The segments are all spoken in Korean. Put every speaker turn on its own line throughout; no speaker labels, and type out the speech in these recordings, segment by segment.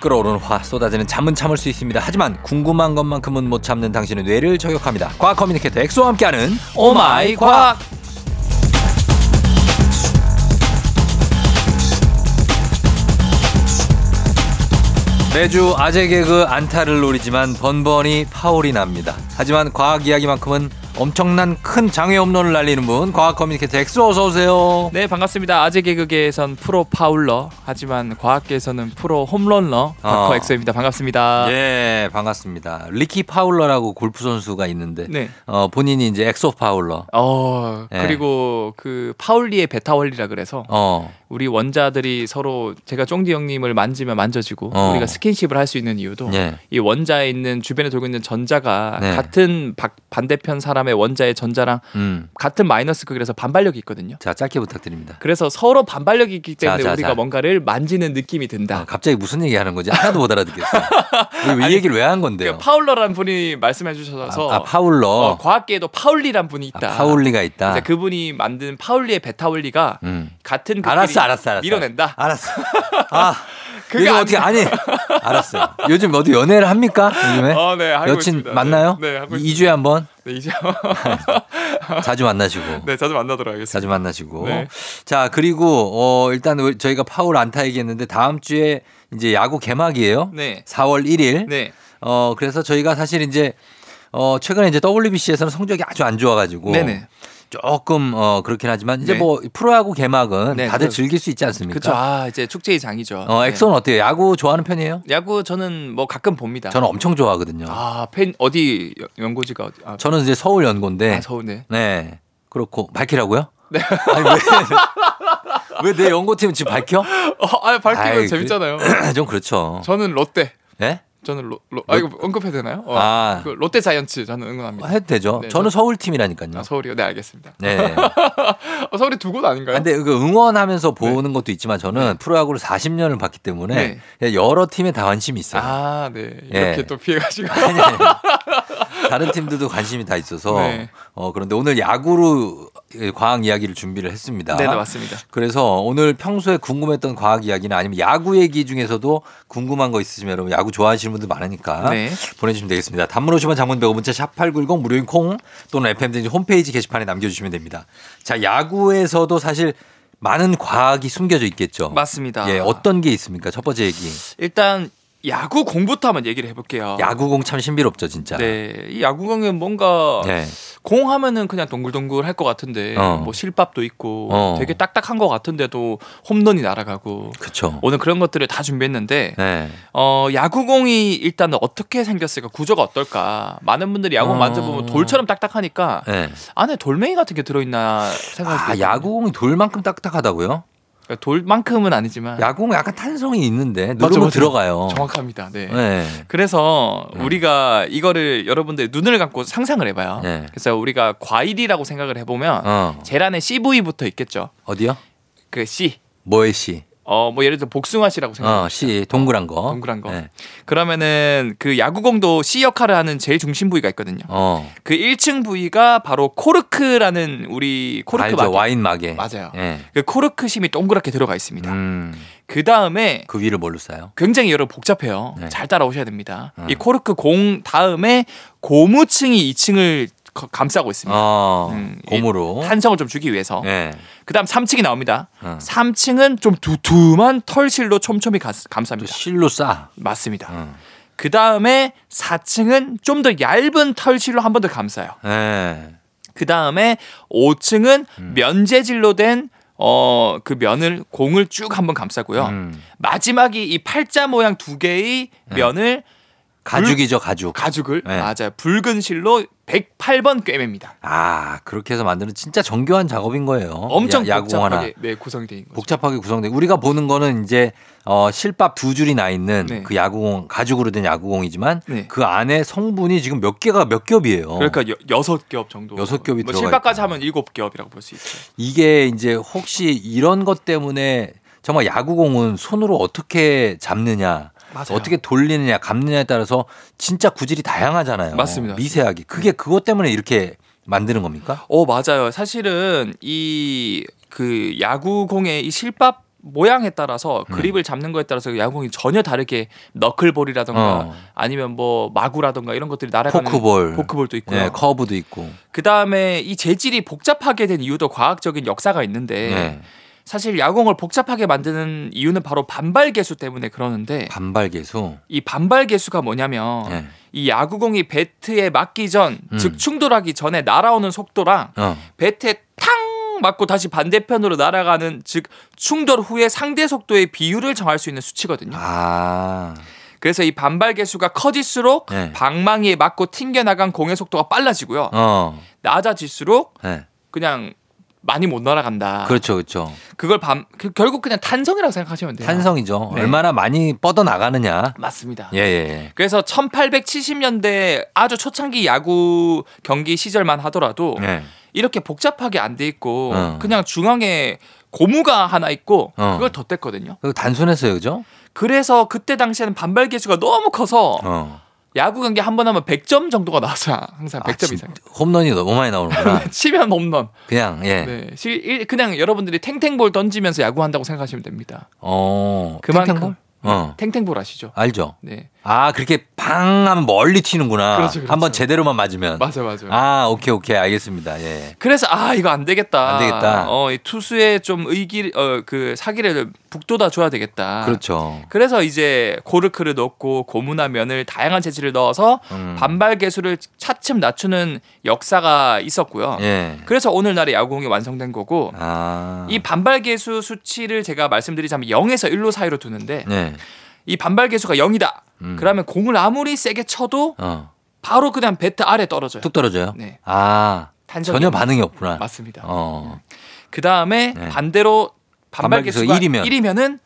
끓어오르는 화 쏟아지는 잠은 참을 수 있습니다. 하지만 궁금한 것만큼은 못 참는 당신의 뇌를 저격합니다. 과학 커뮤니케이터 엑소와 함께하는 오마이 과학. 매주 아재 개그 안타를 노리지만 번번이 파울이 납니다. 하지만 과학 이야기만큼은 엄청난 큰 장애 홈런을 날리는 분 과학 커뮤니케이터 엑소 어서 오세요.
네 반갑습니다. 아재 개그계에선 프로 파울러 하지만 과학계에서는 프로 홈런러
어.
닥터 엑소입니다. 반갑습니다.
예, 반갑습니다. 리키 파울러라고 골프 선수가 있는데
네.
어, 본인이 이제 엑소 파울러.
어
네.
그리고 그 파울리의 베타월리라 그래서
어.
우리 원자들이 서로 제가 쫑디 형님을 만지면 만져지고
어.
우리가 스킨십을 할 수 있는 이유도
예.
이 원자에 있는 주변에 돌고 있는 전자가
네.
같은 박- 반대편 사람의 원자의 전자랑
음.
같은 마이너스 극이라서 반발력이 있거든요.
자, 짧게 부탁드립니다.
그래서 서로 반발력이 있기 때문에
자, 자,
우리가
자.
뭔가를 만지는 느낌이
아,
든다.
갑자기 무슨 얘기 하는 거지? 하나도 못 알아듣겠어요. 우리 이 얘기를 왜 한 건데요?
그 파울러라는 분이 말씀해 주셔서
아, 아, 파울러.
어, 과학계에도 파울리란 분이
아,
있다.
파울리가 있다.
이제 그분이 만든 파울리의 베타올리가
음.
같은 극끼리
알았어, 알았어, 아, 알았어.
밀어낸다.
알았어. 아,
그게
요즘
안
어떻게 아니? 알았어요. 요즘 어디 연애를 합니까? 요즘에?
어, 네, 하고
여친
있습니다.
만나요?
네, 네, 하고
이 2주에 한 번?
네, 이제
자주 만나시고.
네, 자주 만나도록 하겠습니다.
자주 만나시고.
네.
자, 그리고 어 일단 우리- 저희가 파울 안타 얘기했는데 다음 주에 이제 야구 개막이에요.
네.
4월 1일.
네.
어 그래서 저희가 사실 이제 어 최근에 이제 WBC에서는 성적이 아주 안 좋아 가지고
네네.
조금 어 그렇긴 하지만 이제
네.
뭐 프로야구 개막은
네,
다들
그럼-
즐길 수 있지 않습니까?
그렇죠. 아, 이제 축제의 장이죠.
그러니까. 어 엑소는 어때요? 야구 좋아하는 편이에요?
네. 야구 저는 뭐 가끔 봅니다.
저는 엄청 좋아하거든요.
아, 팬 어디 연- 연고지가 어디? 아,
저는 이제 서울 연고인데
아, 서울네.
네. 그렇고 밝히라고요? 네. 왜 내 연고팀 지금 밝혀?
어, 아, 밝히면
아이, 그-
재밌잖아요.
좀 그렇죠.
저는 롯데.
예?
저는 로, 로, 아 이거 언급해도 되나요? 어,
아.
그 롯데 자이언츠 저는 응원합니다.
해도 되죠.
네,
저는 서울 팀이라니까요.
아, 서울이요. 네, 알겠습니다.
네.
어, 서울이 두 곳 아닌가요? 네.
근데 그 응원하면서 보는 것도 있지만 저는 프로야구를 40년을 봤기 때문에 여러 팀에 다 관심이 있어요.
네. 아, 네. 이렇게
예.
또 피해가시고.
아니, 아니. 다른 팀들도 관심이 다 있어서
네.
어, 그런데 오늘 야구로 예, 과학 이야기를 준비를 했습니다.
네, 네, 맞습니다.
그래서 오늘 평소에 궁금했던 과학 이야기나 아니면 야구 얘기 중에서도 궁금한 거 있으시면 여러분 야구 좋아하시는 분들 많으니까
네.
보내주시면 되겠습니다. 단문 50원 장문 100원 문자 샵8910 무료인 콩 또는 FM등지 홈페이지 게시판에 남겨주시면 됩니다. 자 야구에서도 사실 많은 과학이 숨겨져 있겠죠.
맞습니다.
예, 어떤 게 있습니까? 첫 번째 얘기.
일단 야구 공부터 한번 얘기를 해볼게요.
야구공 참 신비롭죠, 진짜.
어. 네, 어. 이 야구공은 뭔가
네.
공 하면은 그냥 동글동글 할 것 같은데
어.
뭐 실밥도 있고
어.
되게 딱딱한 것 같은데도 홈런이 날아가고
그렇죠.
오늘 그런 것들을 다 준비했는데
네.
어 야구공이 일단 어떻게 생겼을까 구조가 어떨까 많은 분들이 야구
어.
공 만져보면 돌처럼 딱딱하니까
네.
안에 돌멩이 같은 게 들어있나 생각이
아,
들거든요.
야구공이 돌만큼 딱딱하다고요?
그러니까 돌만큼은 아니지만
야구공 약간 탄성이 있는데
네. 맞죠,
누르면
맞죠.
들어가요.
정확합니다. 네.
네.
그래서
네.
우리가 이거를 여러분들 눈을 감고 상상을 해봐요.
네.
그래서 우리가 과일이라고 생각을 해보면
어.
계란에 CV부터 있겠죠.
어디요?
그 C.
뭐의 씨?
어 뭐 예를 들어 복숭아 씨라고 생각.
어, 씨 동그란 거.
동그란 거.
네.
그러면은 그 야구공도 C 역할을 하는 제일 중심 부위가 있거든요.
어.
그 1층 부위가 바로 코르크라는 우리 코르크
알죠?
마개.
와인 마개.
맞아요.
예.
그 코르크 심이 동그랗게 들어가 있습니다.
음.
그 다음에
그 위를 뭘로 싸요?
굉장히 여러분 복잡해요.
네.
잘 따라오셔야 됩니다.
음.
이 코르크 공 다음에 고무층이 2층을 감싸고 있습니다.
어,
음,
곰으로.
탄성을 어. 좀 주기 위해서.
예.
그다음 3층이 나옵니다.
어.
3층은 좀 두툼한 털실로 촘촘히 가-
또
감쌉니다.
실로 싸.
맞습니다.
어.
그다음에 4층은 좀 더 얇은 털실로 한 번 더 감싸요.
예.
그다음에 5층은
음.
면재질로 된 어, 그 면을 공을 쭉 한번 감싸고요.
음. 네.
마지막이 이 팔자 모양 두 개의 면을
가죽이죠, 가죽.
가죽을
네.
맞아요. 붉은 실로 108번 꿰맵니다.
아, 그렇게 해서 만드는 진짜 정교한 작업인 거예요.
엄청
어, 야- 야구공 하나.
복잡하게 네, 구성이 된 거죠.
복잡하게 구성돼. 우리가 보는 거는 이제 어, 실밥 두 줄이 나 있는
네.
그 야구공 가죽으로 된 야구공이지만
네.
그 안에 성분이 지금 몇 개가 몇 겹이에요.
그러니까 여, 여섯 겹 정도.
어. 여섯 겹이
뭐
들어가
실밥까지
있구나.
하면 일곱 겹이라고 볼 수 있죠.
이게 이제 혹시 이런 것 때문에 정말 야구공은 손으로 어떻게 잡느냐,
맞아요.
어떻게 돌리느냐, 감느냐에 따라서 진짜 구질이 다양하잖아요.
맞습니다.
미세하게. 그게 그것 때문에 이렇게 만드는 겁니까?
어 맞아요. 사실은 이 그 야구공의 이 실밥 모양에 따라서
음.
그립을 잡는 거에 따라서 야구공이 전혀 다르게 너클볼이라던가
어.
아니면 뭐 마구라던가 이런 것들이 날아가는
포크볼,
포크볼도 있고요.
예, 커브도 있고.
그 다음에 이 재질이 복잡하게 된 이유도 과학적인 역사가 있는데
예,
사실 야구공을 복잡하게 만드는 이유는 바로 반발 개수 때문에 그러는데
반발 개수.
이 반발 개수가 뭐냐면
예.
이 야구공이 배트에 맞기 전,
음.
즉 충돌하기 전에 날아오는 속도랑
어.
배트에 탕 맞고 다시 반대편으로 날아가는 즉 충돌 후의 상대 속도의 비율을 정할 수 있는 수치거든요.
아.
그래서 이 반발 개수가 커질수록
네.
방망이에 맞고 튕겨나간 공의 속도가 빨라지고요.
어.
낮아질수록
예.
그냥 많이 못 날아간다.
그렇죠, 그렇죠.
그걸 밤 그- 결국 그냥 탄성이라고 생각하시면 돼요.
탄성이죠.
네.
얼마나 많이 뻗어 나가느냐.
맞습니다.
예, 예.
그래서 1870년대 아주 초창기 야구 경기 시절만 하더라도
예. 예.
이렇게 복잡하게 안 돼 있고
어.
그냥 중앙에 고무가 하나 있고
어.
그걸 덧댔거든요.
그거 단순했어요, 그죠?
그래서 그때 당시에는 반발 개수가 너무 커서
어.
야구 경기 한 번 하면 100점 정도가 나왔어요. 항상 100점
아,
이상.
진- 홈런이 너무 많이 나오는구나.
치면 홈런.
그냥 예.
네. 실- 일- 그냥 여러분들이 탱탱볼 던지면서 야구한다고 생각하시면 됩니다.
어.
그만큼 네.
탱탱볼? 어.
탱탱볼 아시죠?
알죠.
네.
아, 그렇게 팡 하면 멀리 튀는구나.
그렇죠, 그렇죠.
한번 제대로만 맞으면.
맞아요, 맞아요.
아, 오케이, 오케이. 알겠습니다. 예.
그래서 아 이거 안 되겠다.
안 되겠다.
어, 이 투수의 좀 의기 어그 사기를 북돋아 줘야 되겠다.
그렇죠.
그래서 이제 고르크를 넣고 고무나 면을 다양한 재질을 넣어서
음.
반발 개수를 차츰 낮추는 역사가 있었고요.
예.
그래서 오늘날의 야구공이 완성된 거고
아.
이 반발 개수 수치를 제가 말씀드리자면 0에서 1로 사이로 두는데
예.
이 반발 개수가 0이다.
음.
그러면 공을 아무리 세게 쳐도
어.
바로 그냥 배트 아래 떨어져요.
뚝 떨어져요?
네.
아.
단적이
전혀 반응이 없구나.
맞습니다.
어.
그 다음에
네.
반대로 반발
반발 개수가
개수가
일이면.
1이면. 은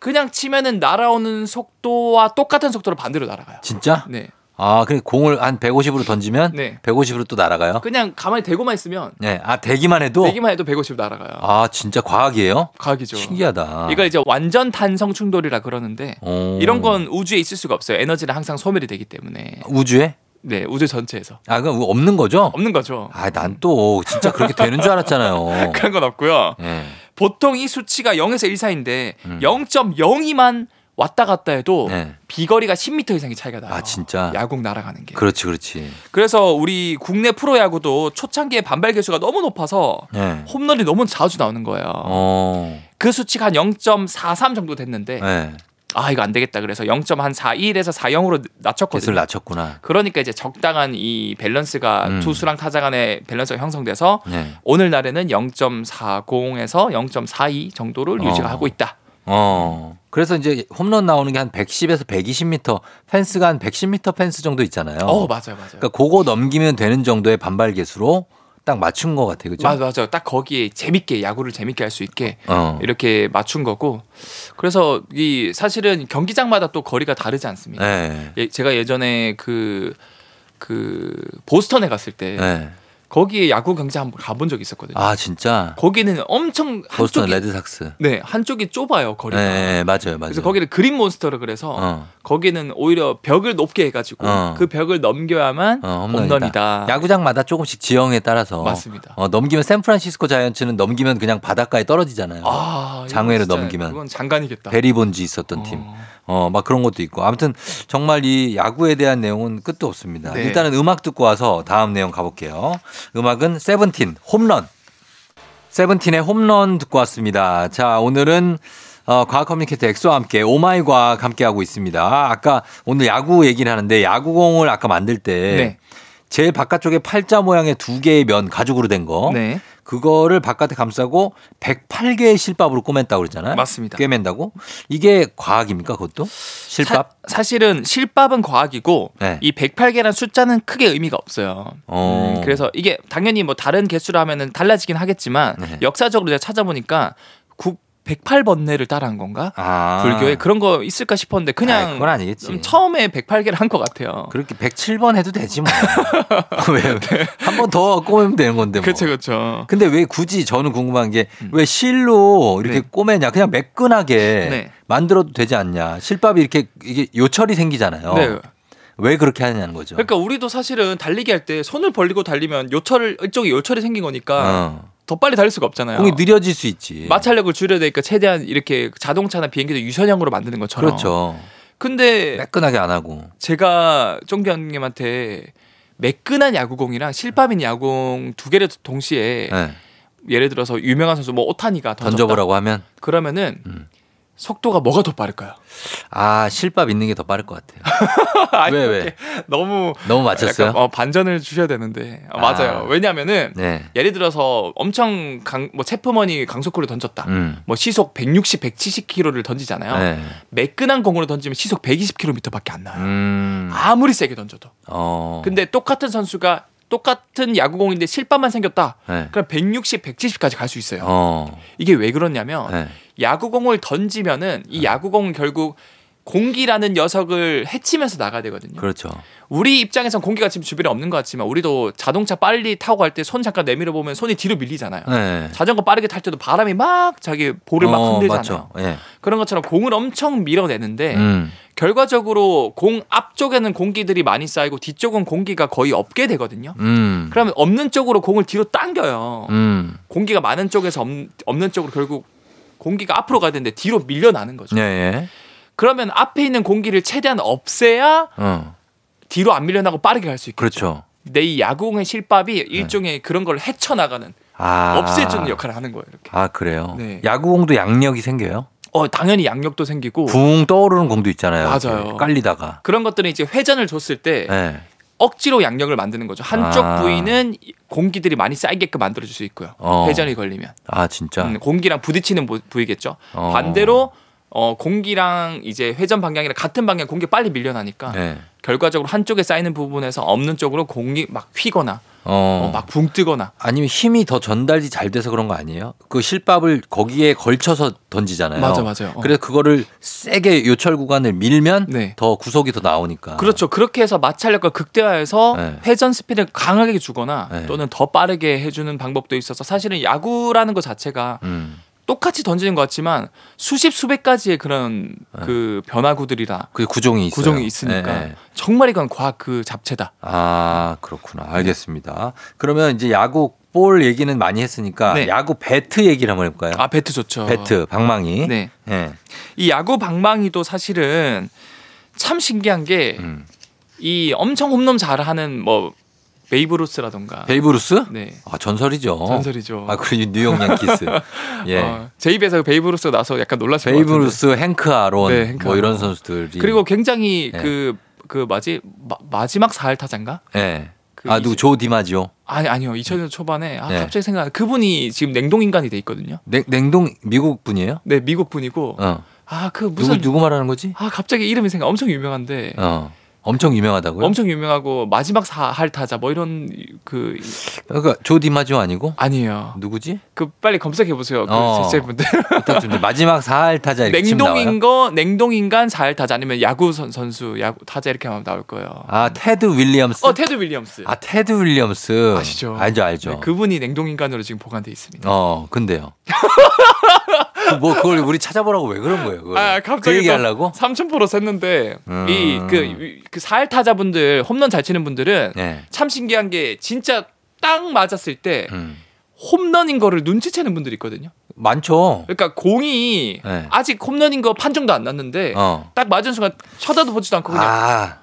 그냥 치면은 날아오는 속도와 똑같은 속도로 반대로 날아가요.
진짜?
네.
아, 그래 공을 한 150으로 던지면
네.
150으로 또 날아가요?
그냥 가만히 대고만 있으면
네. 아, 대기만 해도
대기만 해도 150 날아가요.
아, 진짜 과학이에요?
과학이죠.
신기하다.
이걸 이제 완전 탄성 충돌이라 그러는데
어.
이런 건 우주에 있을 수가 없어요. 에너지는 항상 소멸이 되기 때문에.
우주에?
네, 우주 전체에서
아, 그 없는 거죠?
없는 거죠.
아, 난 또 진짜 그렇게 되는 줄 알았잖아요.
그런 건 없고요.
예.
보통 이 수치가 0에서 1 사이인데
음.
0.02만 왔다 갔다 해도
네.
비거리가 10m 이상의 차이가 나요.
아, 진짜.
어, 야구 날아가는 게.
그렇지, 그렇지.
그래서 우리 국내 프로야구도 초창기에 반발 개수가 너무 높아서
예.
홈런이 너무 자주 나오는 거예요.
어.
그 수치가 한 0.43 정도 됐는데
예.
아 이거 안 되겠다 그래서 0.41에서 40으로
개수를
낮췄거든요.
낮췄구나.
그러니까 이제 적당한 이 밸런스가
음.
투수랑 타자 간의 밸런스가 형성돼서
예.
오늘날에는 0.40에서 0.42 정도를
어.
유지하고 있다.
어. 그래서 이제 홈런 나오는 게 한 110에서 120m, 펜스가 한 110m 펜스 정도 있잖아요.
어, 맞아요 맞아요.
그러니까 그거 넘기면 되는 정도의 반발 개수로 딱 맞춘 것 같아요. 그죠?
맞아 맞아요. 딱 거기에 재밌게 야구를 재밌게 할 수 있게
어.
이렇게 맞춘 거고 그래서 이 사실은 경기장마다 또 거리가 다르지 않습니다.
예.
예, 제가 예전에 그, 그 보스턴에 갔을 때
예.
거기에 야구 경기 한번 가본 적이 있었거든요.
아, 진짜.
거기는 엄청
보스턴
한쪽이
레드삭스.
네 한쪽이 좁아요
예,
거리가.
예, 맞아요, 맞아요.
그래서 거기를 그린 몬스터라 그래서
어.
거기는 오히려 벽을 높게 해가지고
어.
그 벽을 넘겨야만
어, 홈런이다.
홈런이다.
야구장마다 조금씩 지형에 따라서
맞습니다.
어, 넘기면 샌프란시스코 자이언츠는 넘기면 그냥 바닷가에 떨어지잖아요.
아, 이거
장외로
진짜
넘기면.
그건 장관이겠다.
베리본지 있었던 팀.
어.
어, 막 그런 것도 있고. 아무튼 정말 이 야구에 대한 내용은 끝도 없습니다.
네.
일단은 음악 듣고 와서 다음 내용 가볼게요. 음악은 세븐틴, 홈런. 세븐틴의 홈런 듣고 왔습니다. 자, 오늘은 어, 과학 커뮤니케이터 엑소와 함께 오마이 과학 함께하고 있습니다. 아까 오늘 야구 얘기를 하는데 야구공을 아까 만들 때
네.
제일 바깥쪽에 팔자 모양의 두 개의 면 가죽으로 된 거.
네.
그거를 바깥에 감싸고 108개의 실밥으로 꿰맨다고 그러잖아요.
맞습니다.
꿰맨다고? 이게 과학입니까, 그것도? 실밥?
사, 실은 실밥은 과학이고
네.
이 108개란 숫자는 크게 의미가 없어요.
어.
음, 그래서 이게 당연히 뭐 다른 개수로 하면은 달라지긴 하겠지만
네.
역사적으로 제가 찾아보니까 108번뇌를 따라한 건가?
아.
불교에 그런 거 있을까 싶었는데
아,
그냥
그건 아니겠지.
좀 처음에 108개를 한 것 같아요.
그렇게 107번 해도 되지 뭐. 왜한 번 더 꼬매면 되는 건데 뭐.
그렇죠, 그렇죠.
근데 왜 굳이 저는 궁금한 게 왜 실로 이렇게
음. 네.
꼬매냐? 그냥 매끈하게
네.
만들어도 되지 않냐? 실밥이 이렇게 이게 요철이 생기잖아요.
네.
왜 그렇게 하느냐는 거죠.
그러니까 우리도 사실은 달리기 할 때 손을 벌리고 달리면 요철 이쪽에 요철이 생긴 거니까
어.
더 빨리 달릴 수가 없잖아요.
공이 느려질 수 있지.
마찰력을 줄여야 되니까 최대한 이렇게 자동차나 비행기도 유선형으로 만드는 것처럼.
그렇죠.
근데
매끈하게 안 하고.
제가 쫑기형님한테 매끈한 야구공이랑 실밥인 야구공 두 개를 동시에
예,
예를 들어서 유명한 선수 뭐 오타니가 던져보라
던져보라고 하면
그러면은
음.
속도가 뭐가 더 빠를까요?
아 실밥 있는 게 더 빠를 것 같아요.
아니,
왜 왜?
너무
너무 맞췄어요?
약간, 어, 반전을 주셔야 되는데 아,
아.
맞아요. 왜냐면은
네.
예를 들어서 엄청 강, 뭐 체프머니 강속구를 던졌다.
음.
뭐 시속 160, 170km를 던지잖아요.
네.
매끈한 공으로 던지면 시속 120km밖에 안 나요.
음.
아무리 세게 던져도.
어.
근데 똑같은 선수가 똑같은 야구공인데 실밥만 생겼다.
네.
그럼 160, 170까지 갈 수 있어요.
어.
이게 왜 그러냐면
네.
야구공을 던지면은 이 야구공은 결국 공기라는 녀석을 해치면서 나가야 되거든요.
그렇죠.
우리 입장에선 공기가 지금 주변에 없는 것 같지만 우리도 자동차 빨리 타고 갈 때 손 잠깐 내밀어 보면 손이 뒤로 밀리잖아요.
네.
자전거 빠르게 탈 때도 바람이 막 자기 볼을 막
어,
흔들잖아요. 네.
맞죠. 예.
그런 것처럼 공을 엄청 밀어내는데
음.
결과적으로 공 앞쪽에는 공기들이 많이 쌓이고 뒤쪽은 공기가 거의 없게 되거든요.
음.
그러면 없는 쪽으로 공을 뒤로 당겨요.
음.
공기가 많은 쪽에서 없- 없는 쪽으로 결국 공기가 앞으로 가야 되는데 뒤로 밀려나는 거죠.
예, 예.
그러면 앞에 있는 공기를 최대한 없애야
어.
뒤로 안 밀려나고 빠르게 갈 수 있겠죠.
그렇죠. 네.
근데 이 야구공의 실밥이 일종의 그런 걸 헤쳐나가는
아.
없애주는 역할을 하는 거예요. 이렇게.
아, 그래요.
네.
야구공도 양력이 생겨요?
어 당연히 양력도 생기고
붕 떠오르는 공도 있잖아요.
맞아요. 네.
이렇게 깔리다가.
그런 것들은 이제 회전을 줬을 때
예.
억지로 양력을 만드는 거죠. 한쪽
아.
부위는 공기들이 많이 쌓이게끔 만들어줄 수 있고요.
어.
회전이 걸리면
아, 진짜.
음, 공기랑 부딪히는 부- 부위겠죠.
어.
반대로 어, 공기랑 이제 회전 방향이랑 같은 방향 공기 빨리 밀려나니까
네.
결과적으로 한쪽에 쌓이는 부분에서 없는 쪽으로 공기 막 휘거나
어.
막 붕 뜨거나
아니면 힘이 더 전달이 잘 돼서 그런 거 아니에요? 그 실밥을 거기에 걸쳐서 던지잖아요.
맞아 맞아요. 어.
네. 그래서 그거를 세게 요철 구간을 밀면
네.
더 구속이 더 나오니까.
그렇죠. 그렇게 해서 마찰력을 극대화해서
아. 네.
회전 스피드를 강하게 주거나
네.
또는 더 빠르게 해주는 방법도 있어서 사실은 야구라는 것 자체가
음.
똑같이 던지는 것 같지만 수십 수백 가지의 그런 그 변화구들이라
그 구종이 네. 있어요.
구종이 있으니까
예, 예.
정말 이건 과학 그 잡채다.
아 그렇구나. 알겠습니다. 그러면 이제 야구 볼 얘기는 많이 했으니까
네.
야구 배트 얘기를 한번 해볼까요?
아 배트 좋죠.
네. 배트 방망이.
네.
예.
이 야구 방망이도 사실은 참 신기한 게
음.
이 엄청 홈런 잘하는 뭐 베이브 루스라던가
베이브 루스?
네
아 전설이죠.
전설이죠.
아 그리고 뉴욕 양키스. 예.
어, 제 입에서 베이브 루스 나서 약간 놀라신 것
베이브
같은데.
루스, 행크 아론,
네, 행크
뭐 이런
아론.
선수들이.
그리고 굉장히
네.
그, 그 뭐지? 마, 지막 4할 타자인가?
예.
그
아
이제-
누구 조 디마지오.
아니, 아니요. 2000년 초반에 아,
네.
갑자기 생각 그분이 지금 냉동인간이 돼 있거든요.
냉, 냉동 미국 분이에요?
네, 미국 분이고.
어.
아, 그 무슨.
누구 누구 말하는 거지?
아, 갑자기 이름이 생각 엄청 유명한데.
어. 엄청 유명하다고요?
엄청 유명하고 마지막 4할 타자 뭐 이런 그
그러니까 조 디마지오 아니고
아니에요.
누구지?
그 빨리 검색해 보세요. 그
어.
제자분들.
부탁 좀 드- 마지막 4할 타자 이렇게 치면 나와요?
냉동인 거 냉동인간 4할 타자 아니면 야구 선, 선수 야구 타자 이렇게 하면 나올 거예요.
아 테드 윌리엄스.
어, 테드 윌리엄스.
아 테드 윌리엄스.
아시죠?
알죠 알죠.
네, 그분이 냉동인간으로 지금 보관돼 있습니다.
어 근데요. 그뭐 그걸 우리 찾아보라고 왜 그런 거예요? 그걸?
아,
그
갑자기
얘기
또-
하려고?
삼천포로 샜는데
음.
이그그 사할 타자분들 홈런 잘 치는 분들은
네.
참 신기한 게 진짜 딱 맞았을 때
음.
홈런인 거를 눈치채는 분들이 있거든요.
많죠.
그러니까 공이
네.
아직 홈런인 거 판정도 안 났는데
어.
딱 맞은 순간 쳐다도 보지도 않고 네. 그냥
아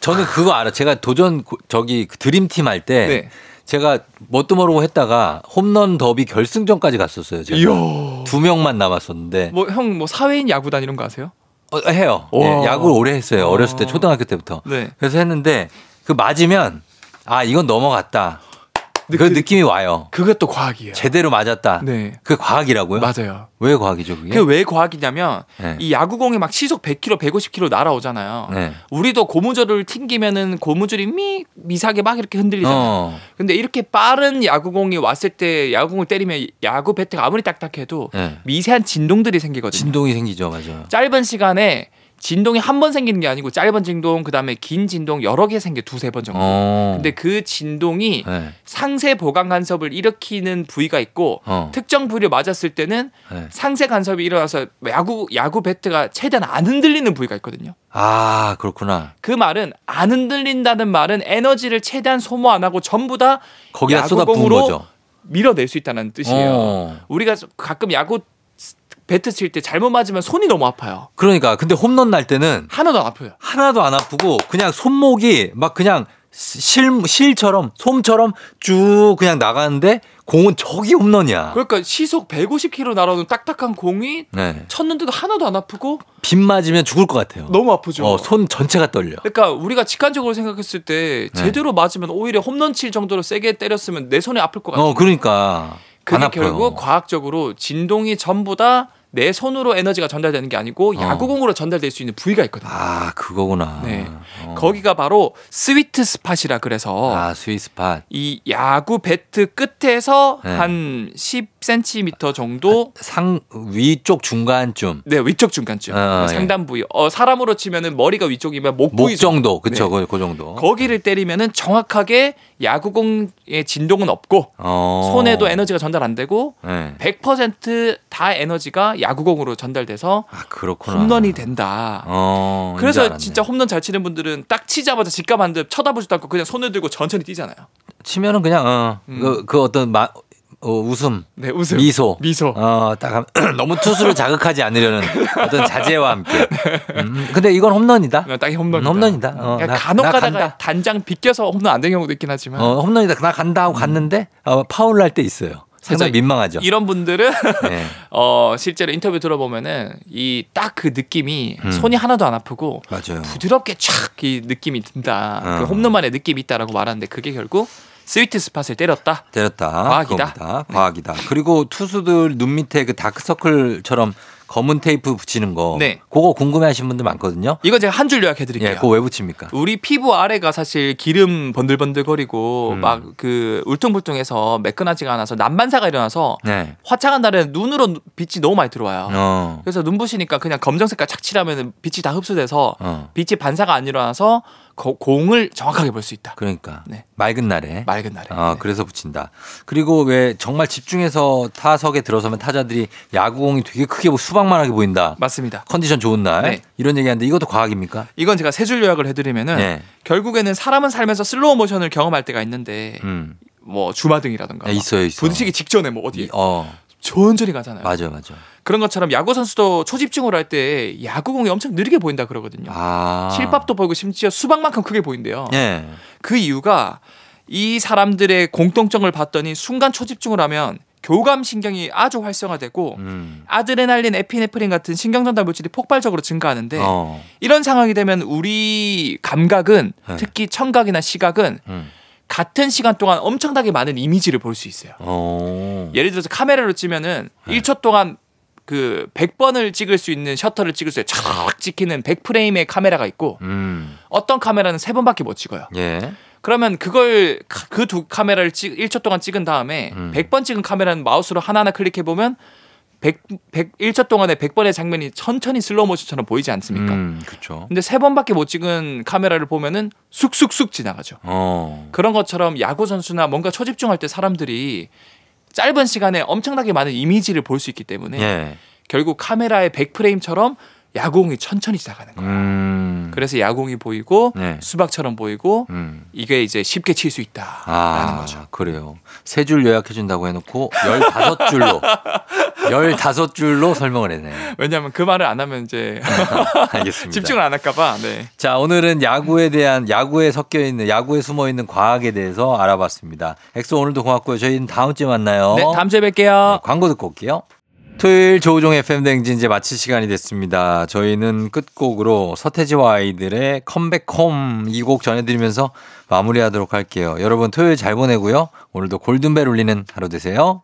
저는 그거 알아. 제가 도전 고- 저기 그 드림팀 할 때
네.
제가 뭣도 모르고 했다가 홈런 더비 결승전까지 갔었어요. 제가.
이야.
두 명만 남았었는데
뭐 형 뭐 사회인 야구단 이런 거 아세요?
어, 해요.
와.
예, 야구를 오래 했어요. 어렸을 때
아.
초등학교 때부터.
네.
그래서 했는데 그 맞으면 아 이건 넘어갔다.
근데
그
그-
느낌이 와요.
그게 또 과학이에요.
제대로 맞았다.
네.
그게 과학이라고요?
맞아요.
왜 과학이죠 그게?
그게 왜 과학이냐면
네.
이 야구공이 막 시속 100km, 150km 날아오잖아요.
네.
우리도 고무줄을 튕기면은 고무줄이 미 미사하게 막 이렇게 흔들리잖아요.
어.
근데 이렇게 빠른 야구공이 왔을 때 야구공을 때리면 야구 배트가 아무리 딱딱해도
네.
미세한 진동들이 생기거든요.
진동이 생기죠, 맞아요.
짧은 시간에 진동이 한 번 생기는 게 아니고 짧은 진동 그다음에 긴 진동 여러 개 생겨 두세 번 정도.
어.
근데 그 진동이
네.
상세 보강 간섭을 일으키는 부위가 있고
어.
특정 부위를 맞았을 때는
네.
상세 간섭이 일어나서 야구 야구 배트가 최대한 안 흔들리는 부위가 있거든요.
아 그렇구나.
그 말은 안 흔들린다는 말은 에너지를 최대한 소모 안 하고 전부 다
거기다 쏟아부은
야구공으로
거죠.
밀어낼 수 있다는 뜻이에요.
어.
우리가 가끔 야구 배트 칠 때 잘못 맞으면 손이 너무 아파요.
그러니까 근데 홈런 날 때는
하나도 안 아파요.
하나도 안 아프고 그냥 손목이 막 그냥 실 실처럼 솜처럼 쭉 그냥 나가는데 공은 저기 홈런이야.
그러니까 시속 150km 날아오는 딱딱한 공이
네.
쳤는데도 하나도 안 아프고
빗 맞으면 죽을 것 같아요.
너무 아프죠.
어, 손 전체가 떨려.
그러니까 우리가 직관적으로 생각했을 때
네.
제대로 맞으면 오히려 홈런 칠 정도로 세게 때렸으면 내 손이 아플 것 같아요.
어, 그러니까 안
그게
아파요.
결국 과학적으로 진동이 전부 다 내 손으로 에너지가 전달되는 게 아니고
어.
야구공으로 전달될 수 있는 부위가 있거든요.
아, 그거구나.
네.
어.
거기가 바로 스위트 스팟이라 그래서
아, 스위스팟.
이 야구 배트 끝에서
네. 아.
한 10cm 정도
상 위쪽 중간쯤
네 위쪽 중간쯤
아, 예.
상단 부위 어 사람으로 치면은 머리가 위쪽이면 목
목
부위 정도.
정도. 그쵸
네.
그, 그 정도.
거기를 때리면은 정확하게 야구공의 진동은 없고
어.
손에도 에너지가 전달 안 되고
네.
100%다 에너지가 야구공으로 전달돼서
아, 그렇구나.
홈런이 된다.
어. 이제
그래서
알았네.
진짜 홈런 잘 치는 분들은 딱 치자마자 직감 안 듯 쳐다보지도 않고 그냥 손을 들고 천천히 뛰잖아요.
치면은 그냥 어,
음.
그, 그 어떤 마, 어, 웃음,
네, 웃음.
미소.
미소.
어, 딱 하면 너무 투수를 자극하지 않으려는 어떤 자제와 함께. 음, 근데 이건 홈런이다.
그냥 딱 홈런이다.
홈런이다. 어,
그냥
나-
간혹
나
가다가
간다.
단장 비껴서 홈런 안 된 경우도 있긴 하지만
어, 홈런이다. 나 간다 하고 갔는데 어, 파울 날 때 있어요. 살짝
그래서
민망하죠.
이런 분들은
네.
어, 실제로 인터뷰 들어보면은 이 딱 그 느낌이
음.
손이 하나도 안 아프고
맞아요.
부드럽게 촥이 느낌이 든다.
어.
그 홈런만의 느낌이 있다라고 말하는데 그게 결국 스위트 스팟을 때렸다.
때렸다.
과학이다. 네.
그겁니다. 과학이다. 그리고 투수들 눈 밑에 그 다크서클처럼 검은 테이프 붙이는 거.
네.
그거 궁금해 하신 분들 많거든요.
이거 제가 한 줄 요약해 드릴게요.
예, 그거 왜 붙입니까?
우리 피부 아래가 사실 기름 번들번들거리고
음.
막 그 울퉁불퉁해서 매끈하지가 않아서 난반사가 일어나서
네.
화창한 날에는 눈으로 누- 빛이 너무 많이 들어와요.
어.
그래서 눈부시니까 그냥 검정 색깔 착칠하면 빛이 다 흡수돼서
어.
빛이 반사가 안 일어나서 거- 공을 정확하게 볼 수 있다.
그러니까
네.
맑은 날에
맑은 날에.
아, 그래서 붙인다. 그리고 왜 정말 집중해서 타석에 들어서면 타자들이 야구공이 되게 크게 뭐 수박만하게 보인다.
맞습니다.
컨디션 좋은 날
네.
이런 얘기하는데 이것도 과학입니까?
이건 제가 세 줄 요약을 해드리면은
네.
결국에는 사람은 살면서 슬로우 모션을 경험할 때가 있는데
음.
뭐 주마등이라든가
야, 네, 있어요, 있어.
부딪히기 직전에 뭐 어디
이- 어,
천천히 가잖아요.
맞아, 맞아.
그런 것처럼 야구 선수도 초집중으로 할 때 야구공이 엄청 느리게 보인다 그러거든요.
아.
실밥도 보이고 심지어 수박만큼 크게 보인대요.
예.
그 이유가 이 사람들의 공통점을 봤더니 순간 초집중을 하면 교감 신경이 아주 활성화되고
음.
아드레날린, 에피네프린 같은 신경 전달 물질이 폭발적으로 증가하는데
어.
이런 상황이 되면 우리 감각은
네.
특히 청각이나 시각은
음.
같은 시간 동안 엄청나게 많은 이미지를 볼 수 있어요.
어.
예를 들어서 카메라로 찍으면은 1초 동안 그 100번을 찍을 수 있는 셔터를 찍을 수 있어요. 촥 찍히는 100프레임의 카메라가 있고
음.
어떤 카메라는 3번밖에 못 찍어요.
예.
그러면 그걸 그 두 카메라를 찍 1초 동안 찍은 다음에
음.
100번 찍은 카메라는 마우스로 하나하나 클릭해 보면 100, 100, 1초 동안에 100번의 장면이 천천히 슬로우 모션처럼 보이지 않습니까?
음, 그렇죠.
근데 세 번밖에 못 찍은 카메라를 보면은 쑥쑥쑥 지나가죠.
어.
그런 것처럼 야구 선수나 뭔가 초집중할 때 사람들이 짧은 시간에 엄청나게 많은 이미지를 볼 수 있기 때문에
예.
결국 카메라의 100프레임처럼 야구공이 천천히 지나가는 거예요.
음.
그래서 야구공이 보이고
네.
수박처럼 보이고
음.
이게 이제 쉽게 칠 수 있다라는 거죠.
아, 그래요. 세 줄 요약해 준다고 해놓고 열다섯 줄로 열다섯 줄로 설명을 했네.
왜냐하면 그 말을 안 하면
네,
이제
알겠습니다.
집중을 안 할까봐. 네.
자, 오늘은 야구에 대한 야구에 섞여 있는 야구에 숨어 있는 과학에 대해서 알아봤습니다. 엑소 오늘도 고맙고요. 저희는 다음 주에 만나요.
네, 다음 주에 뵐게요.
네, 광고 듣고 올게요. 토요일 조우종 FM 댕진 이제 마칠 시간이 됐습니다. 저희는 끝곡으로 서태지와 아이들의 컴백홈 이 곡 전해드리면서 마무리하도록 할게요. 여러분 토요일 잘 보내고요. 오늘도 골든벨 울리는 하루 되세요.